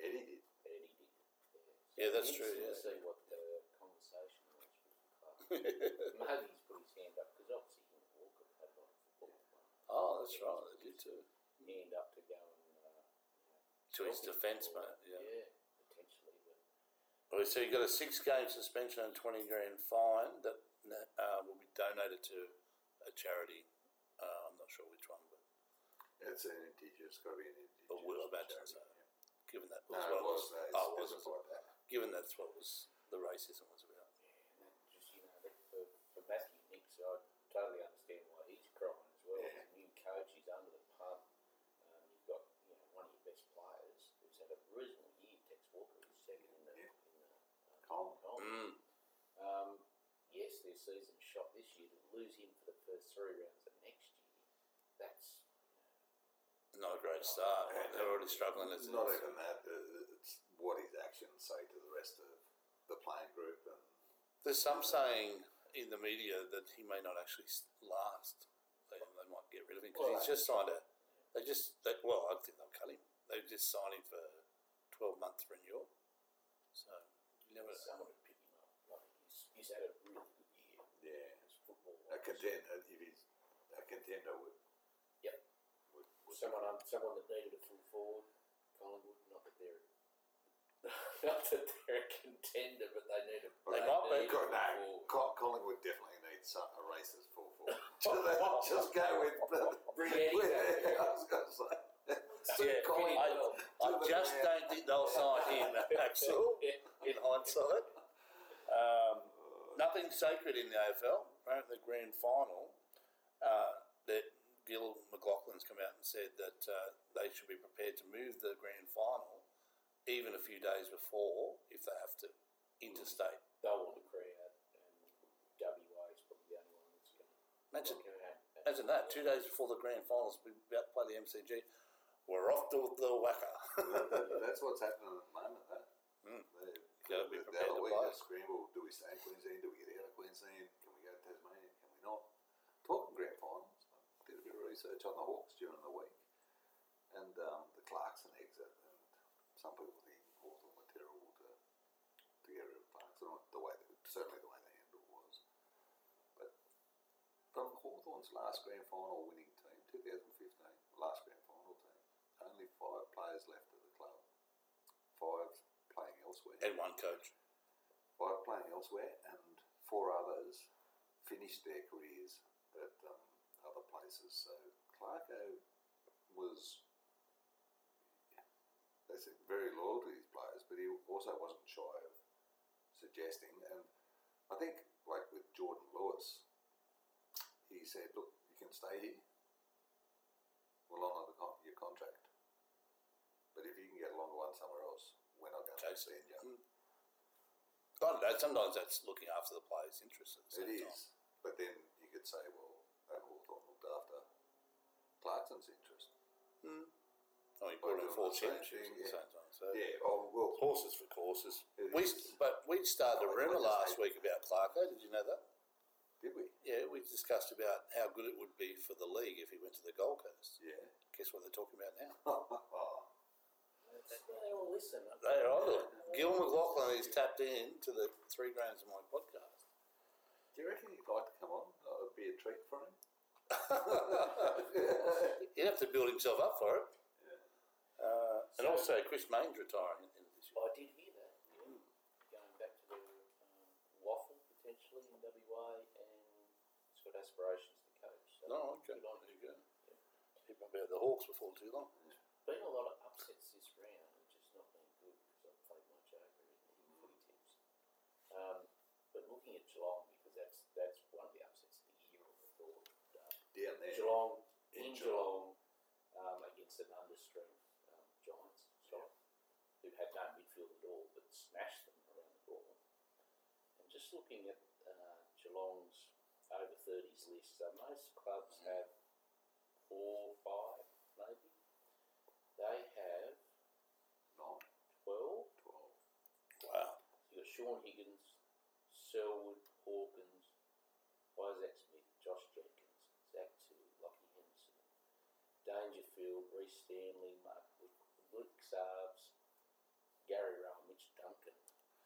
Speaker 3: Eddie did.
Speaker 4: Eddie did. Yeah,
Speaker 2: Yeah, that's true,
Speaker 4: interesting
Speaker 2: yeah.
Speaker 4: To see what the conversation was with the club. Maybe he's put his hand up because obviously he can walk and had a lot of football.
Speaker 2: Oh, that's right. They did too.
Speaker 4: End up to go and. Uh,
Speaker 2: To his defence, mate. Yeah.
Speaker 4: yeah, potentially. But
Speaker 2: Well, so you've got a six game suspension and 20 grand fine that uh, will be donated to a charity. Uh, I'm not sure which one, but
Speaker 3: It's an indigenous, got to be an indigenous.
Speaker 2: Or will, I imagine
Speaker 3: charity,
Speaker 2: so.
Speaker 3: yeah.
Speaker 2: given that
Speaker 3: No,
Speaker 2: was
Speaker 3: it
Speaker 2: what
Speaker 3: was.
Speaker 2: was-
Speaker 3: No, it's,
Speaker 2: oh,
Speaker 3: it
Speaker 2: was it?
Speaker 3: was like that.
Speaker 2: given that's what was the racism was about.
Speaker 4: yeah, and just you know, that for, for Matthew Nix, I totally understand why he's crying as well.
Speaker 3: Yeah.
Speaker 4: He's a new coach, he's under the pump. Um, you've got you know one of your best players who's had a reasonable year. Tex Walker who's second in the
Speaker 3: Yeah.
Speaker 4: in the um,
Speaker 3: Colin.
Speaker 4: Colin.
Speaker 2: Mm.
Speaker 4: Um, yes, their season shot this year to lose him for the first three rounds of next year. That's
Speaker 2: Not a great start. They're already struggling as it
Speaker 3: Not
Speaker 2: is.
Speaker 3: even that. uh, It's what his actions say to the rest of the playing group, and
Speaker 2: There's some saying in the media that he may not actually s- last. They, they might get rid of him because
Speaker 3: Well,
Speaker 2: he's just signed a. They just they, well, I think they'll cut him. They just signed him for twelve month renewal. So you never.
Speaker 4: someone to pick him up. Like he's, he's had a really good year.
Speaker 3: yeah,
Speaker 4: His football.
Speaker 3: a contender. If he's a contender would
Speaker 4: Yep.
Speaker 3: would, would
Speaker 4: Someone, um, someone that needed a full forward, Collingwood. Not that they're, not that they're a contender, but they need a.
Speaker 3: Well,
Speaker 2: They might be.
Speaker 4: need a
Speaker 3: God, no,
Speaker 4: full forward.
Speaker 3: Col- Collingwood definitely needs some, a racist full forward. just, just go with
Speaker 4: Bring Eddie
Speaker 3: with-
Speaker 4: back.
Speaker 3: I was going to say. So
Speaker 2: Yeah,
Speaker 3: Colin-
Speaker 2: I, I just don't think they'll sign him, Axel. In hindsight, um, nothing sacred in the AFL. Apparently, the grand final, uh, that Gil McLaughlin's come out and said that uh, they should be prepared to move the grand final even a few days before if they have to interstate.
Speaker 4: They want a crowd, and WA is probably the only one that's going to.
Speaker 2: Imagine, imagine that. Two days before the grand finals, we about to play the MCG. We're off to the whacker.
Speaker 3: That's what's happening at the moment, huh?
Speaker 2: Mm.
Speaker 3: They-
Speaker 2: Gotta be
Speaker 3: the
Speaker 2: prepared to
Speaker 3: other week
Speaker 2: play.
Speaker 3: they scramble. Do we stay in Queensland? Do we get out of Queensland? Can we go to Tasmania? Can we not? Talking grand finals, I did a bit of research on the Hawks during the week and um, the Clarkson exit. And some people think Hawthorn were terrible to, to get rid of Clarkson, or the way they, certainly the way they handled it was. But from Hawthorn's last grand final winning team, 2015, last grand final team, only five players left at the club. Five playing elsewhere
Speaker 2: and one coach.
Speaker 3: by playing elsewhere, and four others finished their careers at um, other places. So Clarko was, they said, very loyal to his players, but he also wasn't shy of suggesting. And I think, like with Jordan Lewis, he said, "Look, you can stay here. We'll honour the con- your contract, but if you can get a longer one somewhere else, we're not going to
Speaker 2: Chase. Hmm.
Speaker 3: extend you."
Speaker 2: um, I don't know. Sometimes that's looking after the player's interests at the
Speaker 3: It
Speaker 2: same
Speaker 3: is,
Speaker 2: time.
Speaker 3: but then you could say, well, that Hawthorne looked after Clarkson's interest.
Speaker 2: I mean, brought in
Speaker 3: doing
Speaker 2: four
Speaker 3: the same
Speaker 2: championships
Speaker 3: thing,
Speaker 2: at the
Speaker 3: yeah.
Speaker 2: same time. So
Speaker 3: Yeah, oh, well,
Speaker 2: horses for courses.
Speaker 3: It
Speaker 2: We,
Speaker 3: is.
Speaker 2: but we started a
Speaker 3: Like,
Speaker 2: rumor last
Speaker 3: what does they-
Speaker 2: week about Clarko. Did you know that?
Speaker 3: did we?
Speaker 2: Yeah, we discussed about how good it would be for the league if he went to the Gold Coast.
Speaker 3: Yeah.
Speaker 2: Guess what they're talking about now?
Speaker 3: oh,
Speaker 4: They all listen. I
Speaker 2: They are onto it. Gil McLaughlin is tapped in to the Three Grams of Mine podcast.
Speaker 3: do you reckon he'd like to come on? Oh, it'd be a treat for him.
Speaker 2: He'd have to build himself up for it. Uh, and also, Chris Main's retiring at the end of this year.
Speaker 4: I did hear that. Yeah. Going back to the um, waffle potentially in WA, and he's got aspirations to coach. So
Speaker 2: No, Oh, okay.
Speaker 4: good on him.
Speaker 2: There you go. He probably had the Hawks before too long.
Speaker 4: Been a lot of upsets this round, which has not been good because I've played much over in the footy tips. Um, but looking at Geelong, because that's that's one of the upsets of the year, I thought. Uh,
Speaker 3: Down there.
Speaker 4: Geelong
Speaker 3: In
Speaker 4: in Geelong um, against an understrength um, Giants, Geelong, who had no midfield at all but smashed them around the ball. And just looking at uh, Geelong's over 30s list, so most clubs have four, five, maybe. They have
Speaker 3: Nine,
Speaker 4: 12.
Speaker 3: twelve.
Speaker 2: Wow.
Speaker 4: You've got Sean Higgins, Selwood, Hawkins, Isaac Smith, Josh Jenkins, Zach Two, Lockie Henderson, Dangerfield, Reece Stanley, Mark Blixarves, Gary Rowan, Mitch Duncan.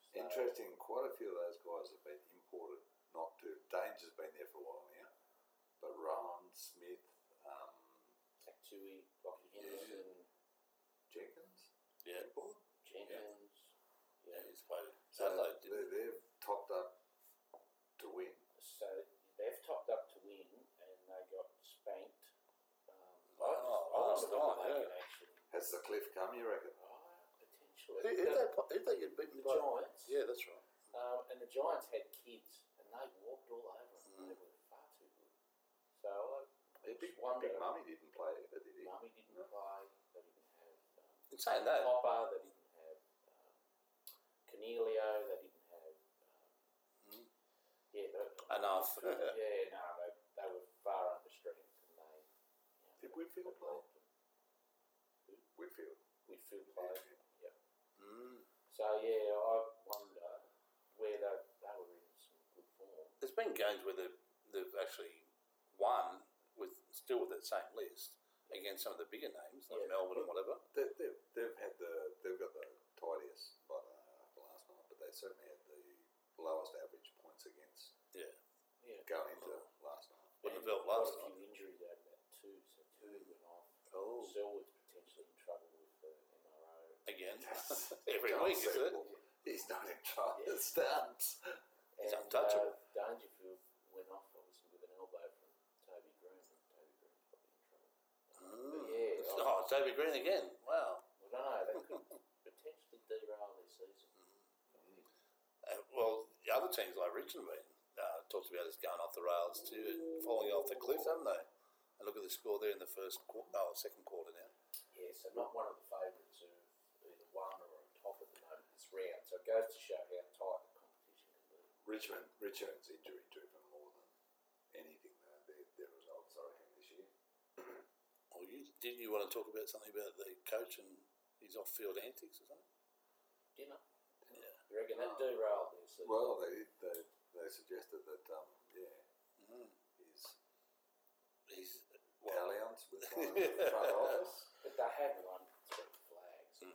Speaker 4: So,
Speaker 3: Interesting, quite a few of those guys have been imported, not to. Danger's been there for a while now, but Rowan, Smith, um,
Speaker 4: Henderson,
Speaker 3: Jenkins.
Speaker 2: Yeah.
Speaker 4: Jenkins.
Speaker 2: Yeah, he's played it.
Speaker 3: So
Speaker 2: Adelaide
Speaker 3: they,
Speaker 2: did.
Speaker 3: they've topped up to win.
Speaker 4: So they've topped up to win, and they got spanked. Um,
Speaker 2: Oh, last
Speaker 4: I
Speaker 2: night,
Speaker 4: remember they
Speaker 2: yeah.
Speaker 4: could actually.
Speaker 3: Has the cliff come? You reckon?
Speaker 4: Ah,
Speaker 2: Who,
Speaker 4: potentially.
Speaker 2: who, they, pl- who they get beaten
Speaker 4: the
Speaker 2: by?
Speaker 4: Giants.
Speaker 2: Yeah, that's right.
Speaker 4: Um, and the Giants had kids, and they walked all over them.
Speaker 2: Mm.
Speaker 4: They were far too good. So I
Speaker 3: Big, big
Speaker 4: wonder.
Speaker 3: mummy didn't play either, did he?
Speaker 4: Mummy didn't play. They didn't have
Speaker 2: In
Speaker 4: um,
Speaker 2: saying that,
Speaker 4: Popper. They didn't have um, Cornelio. They didn't have. Um,
Speaker 2: Mm.
Speaker 4: Yeah, they,
Speaker 2: enough.
Speaker 4: yeah, no, they, they were far under strength, and they.
Speaker 3: Did Whitfield play? Whitfield.
Speaker 4: Whitfield played. Yep.
Speaker 2: mm.
Speaker 4: So yeah, I wonder where they, they were in some good form.
Speaker 2: There's been games where they've, they've actually won with still with that same list against some of the bigger names, like
Speaker 4: Yeah.
Speaker 2: Melbourne and whatever.
Speaker 3: They, they've, they've had the they've got the tidiest by the, after last night, but they certainly had the lowest average points against
Speaker 2: Yeah.
Speaker 4: Yeah.
Speaker 3: going into last night.
Speaker 2: Wouldn't
Speaker 4: And
Speaker 2: have felt
Speaker 4: quite
Speaker 2: last
Speaker 4: a
Speaker 2: night.
Speaker 4: few injuries out of that too. So two went off.
Speaker 2: Oh.
Speaker 4: Selwood's potentially in trouble with the MRO.
Speaker 2: Again.
Speaker 3: That's
Speaker 2: Every week, isn't it?
Speaker 3: unacceptable. He's not in trouble. It's dance.
Speaker 2: He's
Speaker 4: And,
Speaker 2: untouchable.
Speaker 4: Uh, Dangerfield went off obviously with an elbow from Toby Green, and Toby Green probably in trouble. But yeah, I,
Speaker 2: Oh, it's Toby Green again. Wow.
Speaker 4: well, no, that could potentially derail their season.
Speaker 2: Uh, well, the other teams like Richmond have been, uh, talked about is going off the rails too and falling off the cliff, haven't they? And look at the score there in the first quarter, oh, second quarter now.
Speaker 4: Yeah, so not one of the favourites of either one or on top at the moment this round. So it goes to show how tight the competition can be.
Speaker 3: Richmond Richmond's injury driven more than anything though. Their, their results are ahead this year.
Speaker 2: Well, Oh, you didn't you want to talk about something about the coach and his off-field antics or something?
Speaker 4: You know,
Speaker 2: Yeah.
Speaker 4: you reckon that derailed their season?
Speaker 3: Well, they they, they suggested that um, yeah,
Speaker 2: Mm.
Speaker 3: his
Speaker 2: He's
Speaker 3: alliance with one of the front office.
Speaker 4: But they had one red flag, so you can't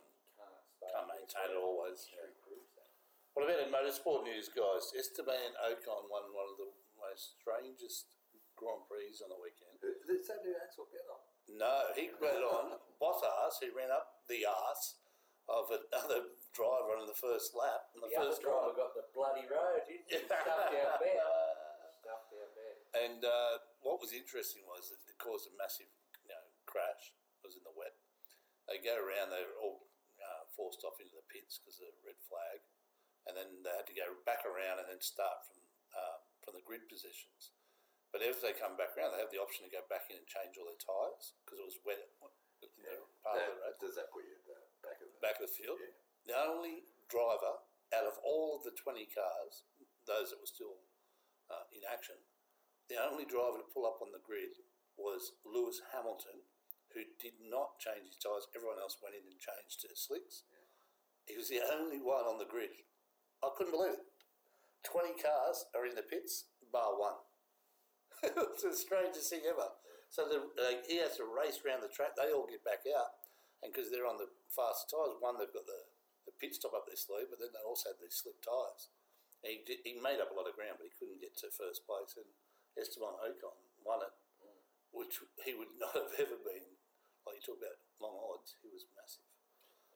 Speaker 2: Mm.
Speaker 4: stay.
Speaker 2: Can't maintain it always, yeah.
Speaker 4: History proves that.
Speaker 2: What about in motorsport news, guys? Esteban Ocon won one of the most strangest Grand Prix on the weekend.
Speaker 3: Who- Is that who Axel bet on?
Speaker 2: No, he ran on Bottas, who ran up the arse of another driver on the first lap. On the,
Speaker 4: The other
Speaker 2: first drive.
Speaker 4: driver got the bloody road, didn't he? Stuffed our bed.
Speaker 2: Uh,
Speaker 4: Stuffed our bed.
Speaker 2: And uh, what was interesting was that it caused a massive you know, crash. It was in the wet. They go around, they were all uh, forced off into the pits because of the red flag. And then they had to go back around and then start from, uh, from the grid positions. But if they come back around, they have the option to go back in and change all their tyres because it was wet in the part of the road.
Speaker 3: That, does that put you at the back of the
Speaker 2: back of the field. The only driver out of all of the 20 cars, those that were still uh, in action, the only driver to pull up on the grid was Lewis Hamilton, who did not change his tyres. Everyone else went in and changed to slicks. He was the only one on the grid. I couldn't believe it. 20 cars are in the pits, bar one. it's the strangest thing ever. So the, like, he has to race round the track. They all get back out, and because they're on the fast tyres, one they've got the, the pit stop up their sleeve, but then they also had these slick tyres. And He did, he made up a lot of ground, but he couldn't get to first place. And Esteban Ocon won it, which he would not have ever been. Like you talk about long odds, he was massive.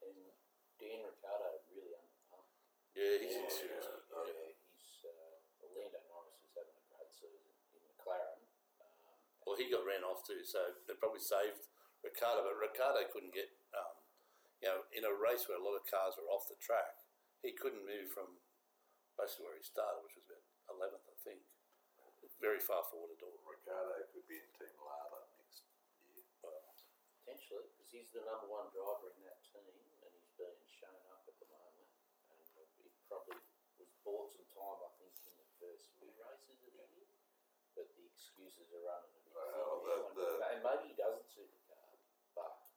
Speaker 4: And Dan Ricardo really under the pump.
Speaker 2: Yeah, he's in
Speaker 4: Yeah,
Speaker 2: serious.
Speaker 4: yeah, he's uh, Orlando Norris is having a great season in McLaren. Um,
Speaker 2: Well, he got ran off too, so they probably saved Ricardo, but Ricardo couldn't get, um, you know, in a race where a lot of cars were off the track, he couldn't move from basically where he started, which was about 11th, I think, very far forward at all.
Speaker 3: Ricardo could be in Team Lada next year.
Speaker 2: Well,
Speaker 4: Potentially, because he's the number one driver in that team, and he's being shown up at the moment. And he probably was bought some time, I think, in the first few races of the year. But the excuses are running a bit
Speaker 3: Well,
Speaker 4: thin.
Speaker 3: the-
Speaker 4: Everyone-
Speaker 3: the-
Speaker 4: and maybe he doesn't suit the car, but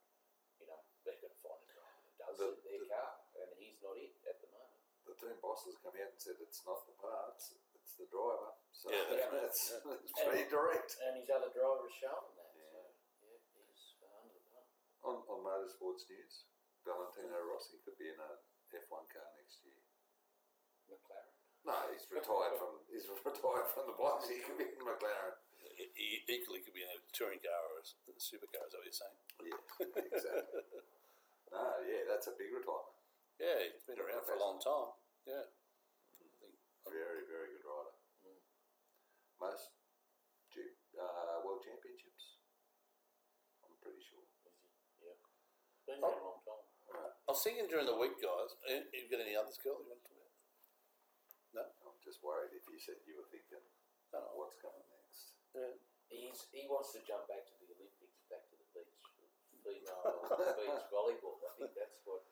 Speaker 4: you know they're going to find a driver that does
Speaker 3: The-
Speaker 4: suit their
Speaker 3: the-
Speaker 4: car, and he's not it at the moment.
Speaker 3: The team bosses come out and said it's not the parts, it's the driver. So
Speaker 2: Yeah,
Speaker 4: that's-
Speaker 3: that's,
Speaker 2: yeah.
Speaker 3: that's pretty direct.
Speaker 4: And his other driver is showing that. So yeah, he's uh, under the pump.
Speaker 3: On, on motorsports news, Valentino Rossi could be in a F1 car next year.
Speaker 4: McLaren.
Speaker 3: No, he's retired from he's retired from the box. He could be in McLaren.
Speaker 2: e- e- equally could be in a touring car or a s- supercar, is that what you're saying?
Speaker 3: Yeah, exactly. no, yeah, that's a big retirement.
Speaker 2: Yeah, it's been around for a long time. Yeah.
Speaker 3: Very, very good rider. Mm. Most ju- uh, world championships, I'm pretty sure.
Speaker 4: Yeah. Been there a long time.
Speaker 2: I was thinking during the week, guys. eh, You got any others, girl? You want to talk about?
Speaker 3: I'm just worried if you said you were thinking,
Speaker 2: No, no.
Speaker 3: what's coming next?
Speaker 2: Yeah.
Speaker 4: He's, he wants to jump back to the Olympics, back to the beach, female beach volleyball. I think that's what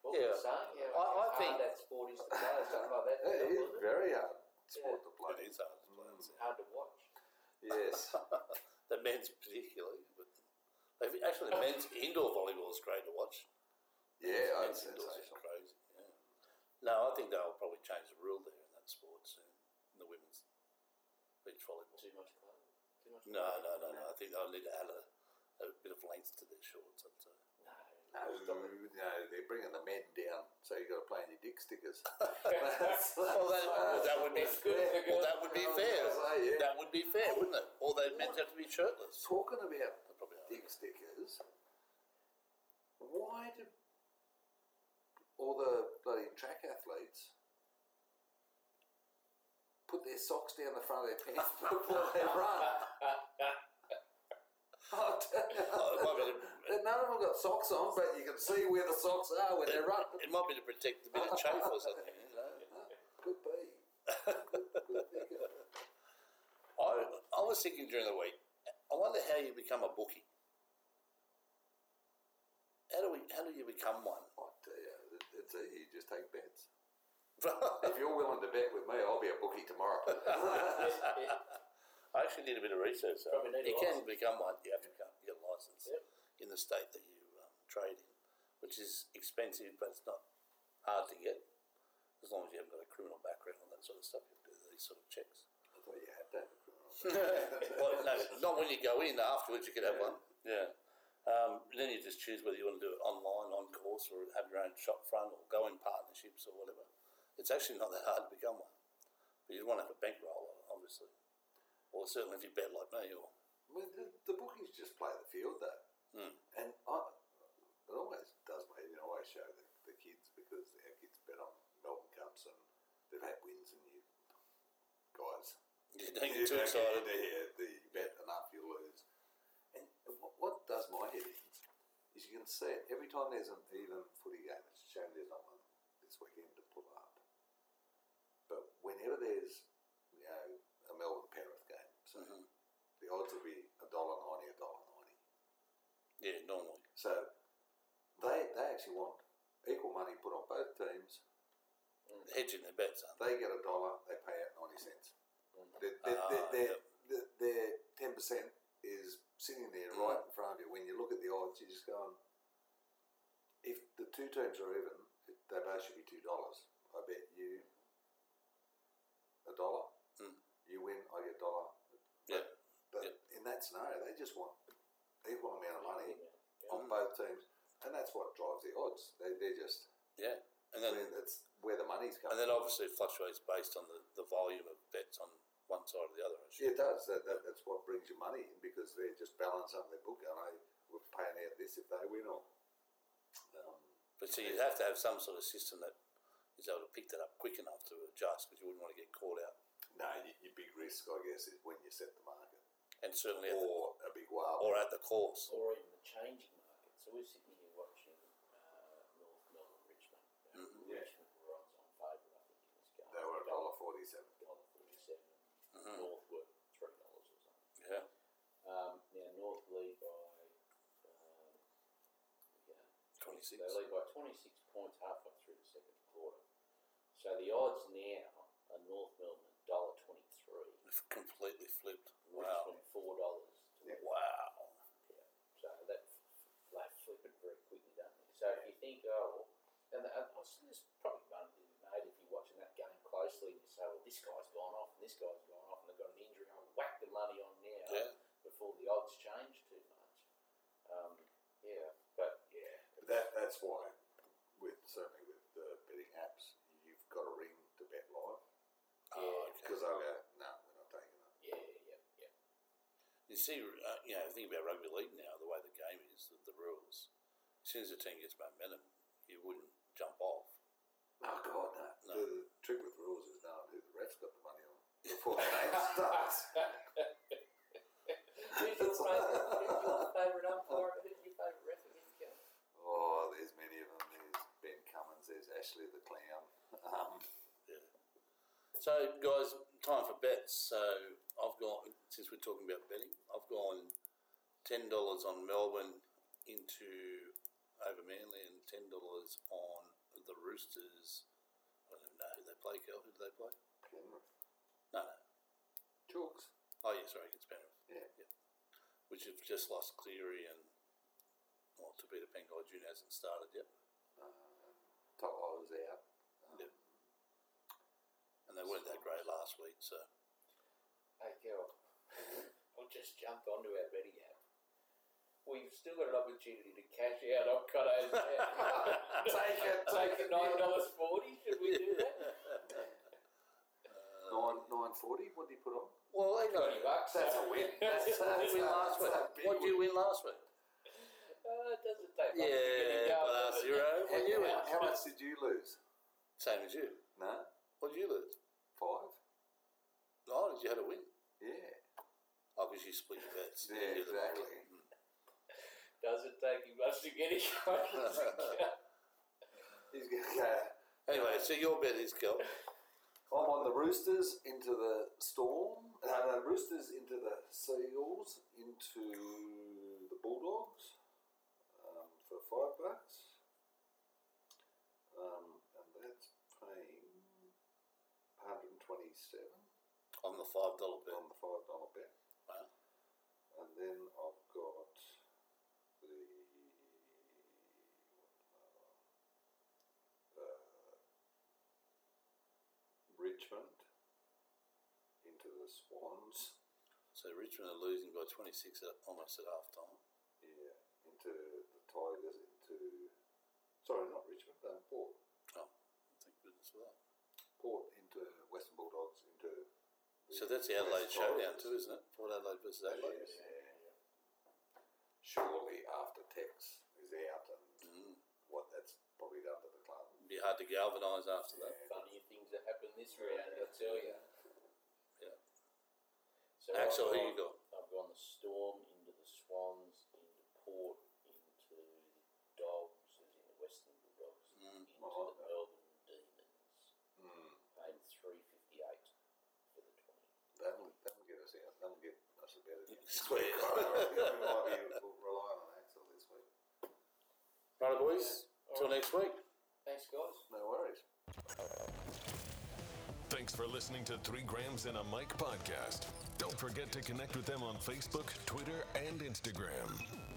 Speaker 4: what
Speaker 2: Yeah.
Speaker 4: we're saying. Yeah,
Speaker 2: I- I think-
Speaker 4: that sport is to play, or something like that.
Speaker 3: It is
Speaker 4: Wasn't it?
Speaker 3: very hard sport to play.
Speaker 2: It is hard to play. isn't it?
Speaker 4: hard to watch.
Speaker 3: Yes.
Speaker 2: The men's particularly, but they've- actually, the men's indoor volleyball is great to watch.
Speaker 3: Yeah,
Speaker 2: Men's
Speaker 3: it's
Speaker 2: indoors is
Speaker 3: sensational.
Speaker 2: crazy. Yeah. No, I think they'll probably change the rule there in that sport soon. In the women's beach volleyball.
Speaker 4: Too much fun. Too much
Speaker 2: No, no, no, no. I think they'll need to add a, a bit of length to their shorts. I'd say.
Speaker 3: No,
Speaker 4: No.
Speaker 3: no, they're bringing the men down, so you've got to play on your dick stickers. That's-
Speaker 2: Well, that, well, that would be
Speaker 4: It's good for
Speaker 2: well, that would be
Speaker 3: girls.
Speaker 2: fair.
Speaker 3: Yeah, yeah.
Speaker 2: That would be fair, wouldn't it? All those men have to be shirtless.
Speaker 3: Talking about
Speaker 2: They probably are.
Speaker 3: dick stickers, why do all the bloody track athletes put their socks down the front of their pants before they run? Oh,
Speaker 2: Oh, it might be
Speaker 3: None of them got socks on, but you can see where the socks are when they run.
Speaker 2: to, it might be to protect a bit of chafe or something. You know?
Speaker 3: Could be. Could be good.
Speaker 2: I, I was thinking during the week. I wonder how you become a bookie. How do we? How do you become one?
Speaker 3: I tell you, it- Oh, it's a, you just take bets.
Speaker 2: I
Speaker 3: If you're willing to bet with me, I'll be a bookie tomorrow.
Speaker 2: actually did a bit of research. So
Speaker 4: Probably need
Speaker 2: you
Speaker 4: a
Speaker 2: can
Speaker 4: license.
Speaker 2: become one. You have to become, get a license
Speaker 4: Yep.
Speaker 2: in the state that you um, trade in, which is expensive, but it's not hard to get as long as you haven't got a criminal background and that sort of stuff. You do these sort of checks.
Speaker 3: I thought you had to have a criminal.
Speaker 2: well, no, not when you go in. Afterwards, you could have one. Yeah. Um, then you just choose whether you want to do it online, on course, or have your own shop front, or go in partnerships, or whatever. It's actually not that hard to become one, but you want to have a bankroll, obviously, or certainly if you bet like me. Or
Speaker 3: Well, the, the bookies just play the field though, and I, it always does my you know I always show the, the kids because our kids bet on Melbourne Cups and they've had wins and you guys
Speaker 2: you don't
Speaker 3: you
Speaker 2: get too
Speaker 3: don't get
Speaker 2: excited.
Speaker 3: into here, the, you bet enough you lose. And what, what does my head in is you can see it every time there's an even footy game. It's a shame there's not one this weekend to pull up. But whenever there's you know a Melbourne Penrith game, so the odds will be a dollar ninety, a dollar ninety.
Speaker 2: Yeah, normally.
Speaker 3: So they they actually want equal money put on both teams.
Speaker 2: Hedging their bets, aren't
Speaker 3: They get a dollar, they pay out ninety cents. Their
Speaker 2: Ah,
Speaker 3: ten percent is sitting there
Speaker 2: Mm.
Speaker 3: right in front of you. When you look at the odds, you're just going. If the two teams are even, they both should be two dollars. I bet you a dollar.
Speaker 2: Mm.
Speaker 3: You win, I get a dollar.
Speaker 2: they? Yeah.
Speaker 3: But in that scenario, they just want equal amount of money on both teams, and that's what drives the odds. They, they're just
Speaker 2: Yeah. And
Speaker 3: I
Speaker 2: then
Speaker 3: mean, that's where the money's
Speaker 2: and
Speaker 3: coming.
Speaker 2: then obviously it fluctuates based on the, the volume of bets on one side or the other. I should
Speaker 3: Yeah, it does. That, that, that's what brings your money in because they're just balancing their book. And I we're paying out this if they win or. Um,
Speaker 2: But so you'd have to have some sort of system that is able to pick that up quick enough to adjust because you wouldn't want to get caught out.
Speaker 3: no, your, your big risk, I guess, is when you set the market
Speaker 2: And certainly, at the,
Speaker 3: or a big whale.
Speaker 2: or at the course.
Speaker 4: or even the changing market. So we're sitting here watching uh, North Melbourne, Richmond. Uh,
Speaker 2: Mm-hmm.
Speaker 4: Richmond were odds on favourite, I think, in this game.
Speaker 3: they were a dollar forty-seven.
Speaker 4: dollar forty-seven.
Speaker 2: Mm-hmm.
Speaker 4: North were three dollars or something.
Speaker 2: Yeah.
Speaker 4: Um, now North lead by um, yeah,
Speaker 2: 26.
Speaker 4: they lead by twenty-six points halfway through the second quarter. So the odds now are North Melbourne dollar twenty-three,
Speaker 2: F- Completely flipped. Wow.
Speaker 4: Richmond four dollars to
Speaker 2: Wow.
Speaker 4: Yeah. So that like flip it very quickly, don't they? So if you think, oh, and the, and also there's probably one that you made if you're watching that game closely and you say, well, this guy's gone off and this guy's gone off and they've got an injury, I'll whack the money on now
Speaker 2: Yeah.
Speaker 4: before the odds change too much. Um, yeah, but yeah,
Speaker 3: That that's why, with certainly with the betting apps, you've got a ring to bet live
Speaker 4: yeah,
Speaker 2: Oh, uh,
Speaker 3: because I go no, we're not taking it.
Speaker 4: yeah, yeah, yeah.
Speaker 2: You see, uh, you know, think about rugby league now, the way the game is, the, the rules. As soon as the team gets momentum, you wouldn't jump off.
Speaker 3: Oh God,
Speaker 2: No.
Speaker 3: no. The trick with rules is now who the ref's got the money on before the game starts.
Speaker 4: Who's your favourite who's your favourite umpire? Who's your favourite ref again, Kel?
Speaker 3: Oh, there's many of them. There's Ben Cummins. There's Ashley the clown. Um,
Speaker 2: So, guys, time for bets. So, I've gone, since we're talking about betting, I've gone $10 on Melbourne into over Manly and $10 on the Roosters. I don't know who they play, Kel. Who do they play?
Speaker 3: Penrith.
Speaker 2: No, no.
Speaker 3: Chalks.
Speaker 2: Oh, yeah, sorry, it's Penrith,
Speaker 3: Yeah.
Speaker 2: which have just lost Cleary and, well, to Peter Pengai June hasn't started yet.
Speaker 3: Um, Togo was out. Um,
Speaker 2: Yep. And they weren't that great last week, so.
Speaker 4: Hey, Kel. I'll just jump onto our Betty app. We've still got an opportunity to cash out on Cotto's app.
Speaker 3: Take it,
Speaker 4: Take
Speaker 3: take
Speaker 4: the
Speaker 3: it.
Speaker 4: $9.40. Should we do that?
Speaker 3: Nine nine forty. What did he put on?
Speaker 2: Well, they got
Speaker 4: 20 bucks.
Speaker 3: That's a win. That's, that's,
Speaker 2: What did you win last
Speaker 3: that's a
Speaker 2: week?
Speaker 3: big
Speaker 2: What did you win last week?
Speaker 4: Uh, it doesn't take much to get
Speaker 2: Yeah,
Speaker 4: it
Speaker 2: but
Speaker 4: going,
Speaker 2: uh,
Speaker 4: does it?
Speaker 2: zero. What did you win?
Speaker 3: How, how much did you lose?
Speaker 2: Same as you.
Speaker 3: No,
Speaker 2: What did you lose?
Speaker 3: five.
Speaker 2: Oh, you had a win.
Speaker 3: Yeah.
Speaker 2: Oh, because you split your bets. You
Speaker 3: Yeah,
Speaker 2: didn't do the money.
Speaker 3: exactly.
Speaker 4: Doesn't take you much to get it going.
Speaker 3: He's gonna go.
Speaker 2: Anyway, so your bet is Kel.
Speaker 3: I'm on the Roosters into the Storm. No, no, Roosters into the Seagulls into the Bulldogs um, for five bucks. Um, and that's paying 127
Speaker 2: on the five dollar bet.
Speaker 3: on the five dollar bet.
Speaker 2: Wow.
Speaker 3: And then I've got the uh, Richmond into the Swans.
Speaker 2: So Richmond are losing by twenty six at almost at half time.
Speaker 3: Yeah, into the Tigers. Into sorry, not Richmond. Um, Port.
Speaker 2: Oh, thank goodness for that.
Speaker 3: Port into Western Bulldogs. Into
Speaker 2: So that's the Adelaide showdown too, isn't it? Port Adelaide versus Adelaide.
Speaker 3: Yes. Surely after Tex is out and
Speaker 2: Mm.
Speaker 3: what that's probably done to the club.
Speaker 2: It'd be hard to galvanise after that.
Speaker 4: Funnier things have happened this round, I tell you.
Speaker 2: Yeah.
Speaker 4: So
Speaker 2: Axel,
Speaker 4: I've
Speaker 2: who you
Speaker 4: gone-
Speaker 2: got?
Speaker 4: I've gone the Storm into the Swans, into Port, into the Dogs, as in the Western Bulldogs,
Speaker 2: Mm,
Speaker 4: into
Speaker 3: Oh,
Speaker 4: the Melbourne Demons.
Speaker 3: Mm.
Speaker 4: Paid three fifty eight for the twenty.
Speaker 3: That'll, that'll get us out. That'll get us about it.
Speaker 2: Square.
Speaker 3: we might be relying on Axel this week.
Speaker 2: Right, boys. Till next week.
Speaker 4: Thanks, guys.
Speaker 3: No worries.
Speaker 1: Thanks for listening to Three Grams and a Mic podcast. Don't forget to connect with them on Facebook, Twitter, and Instagram.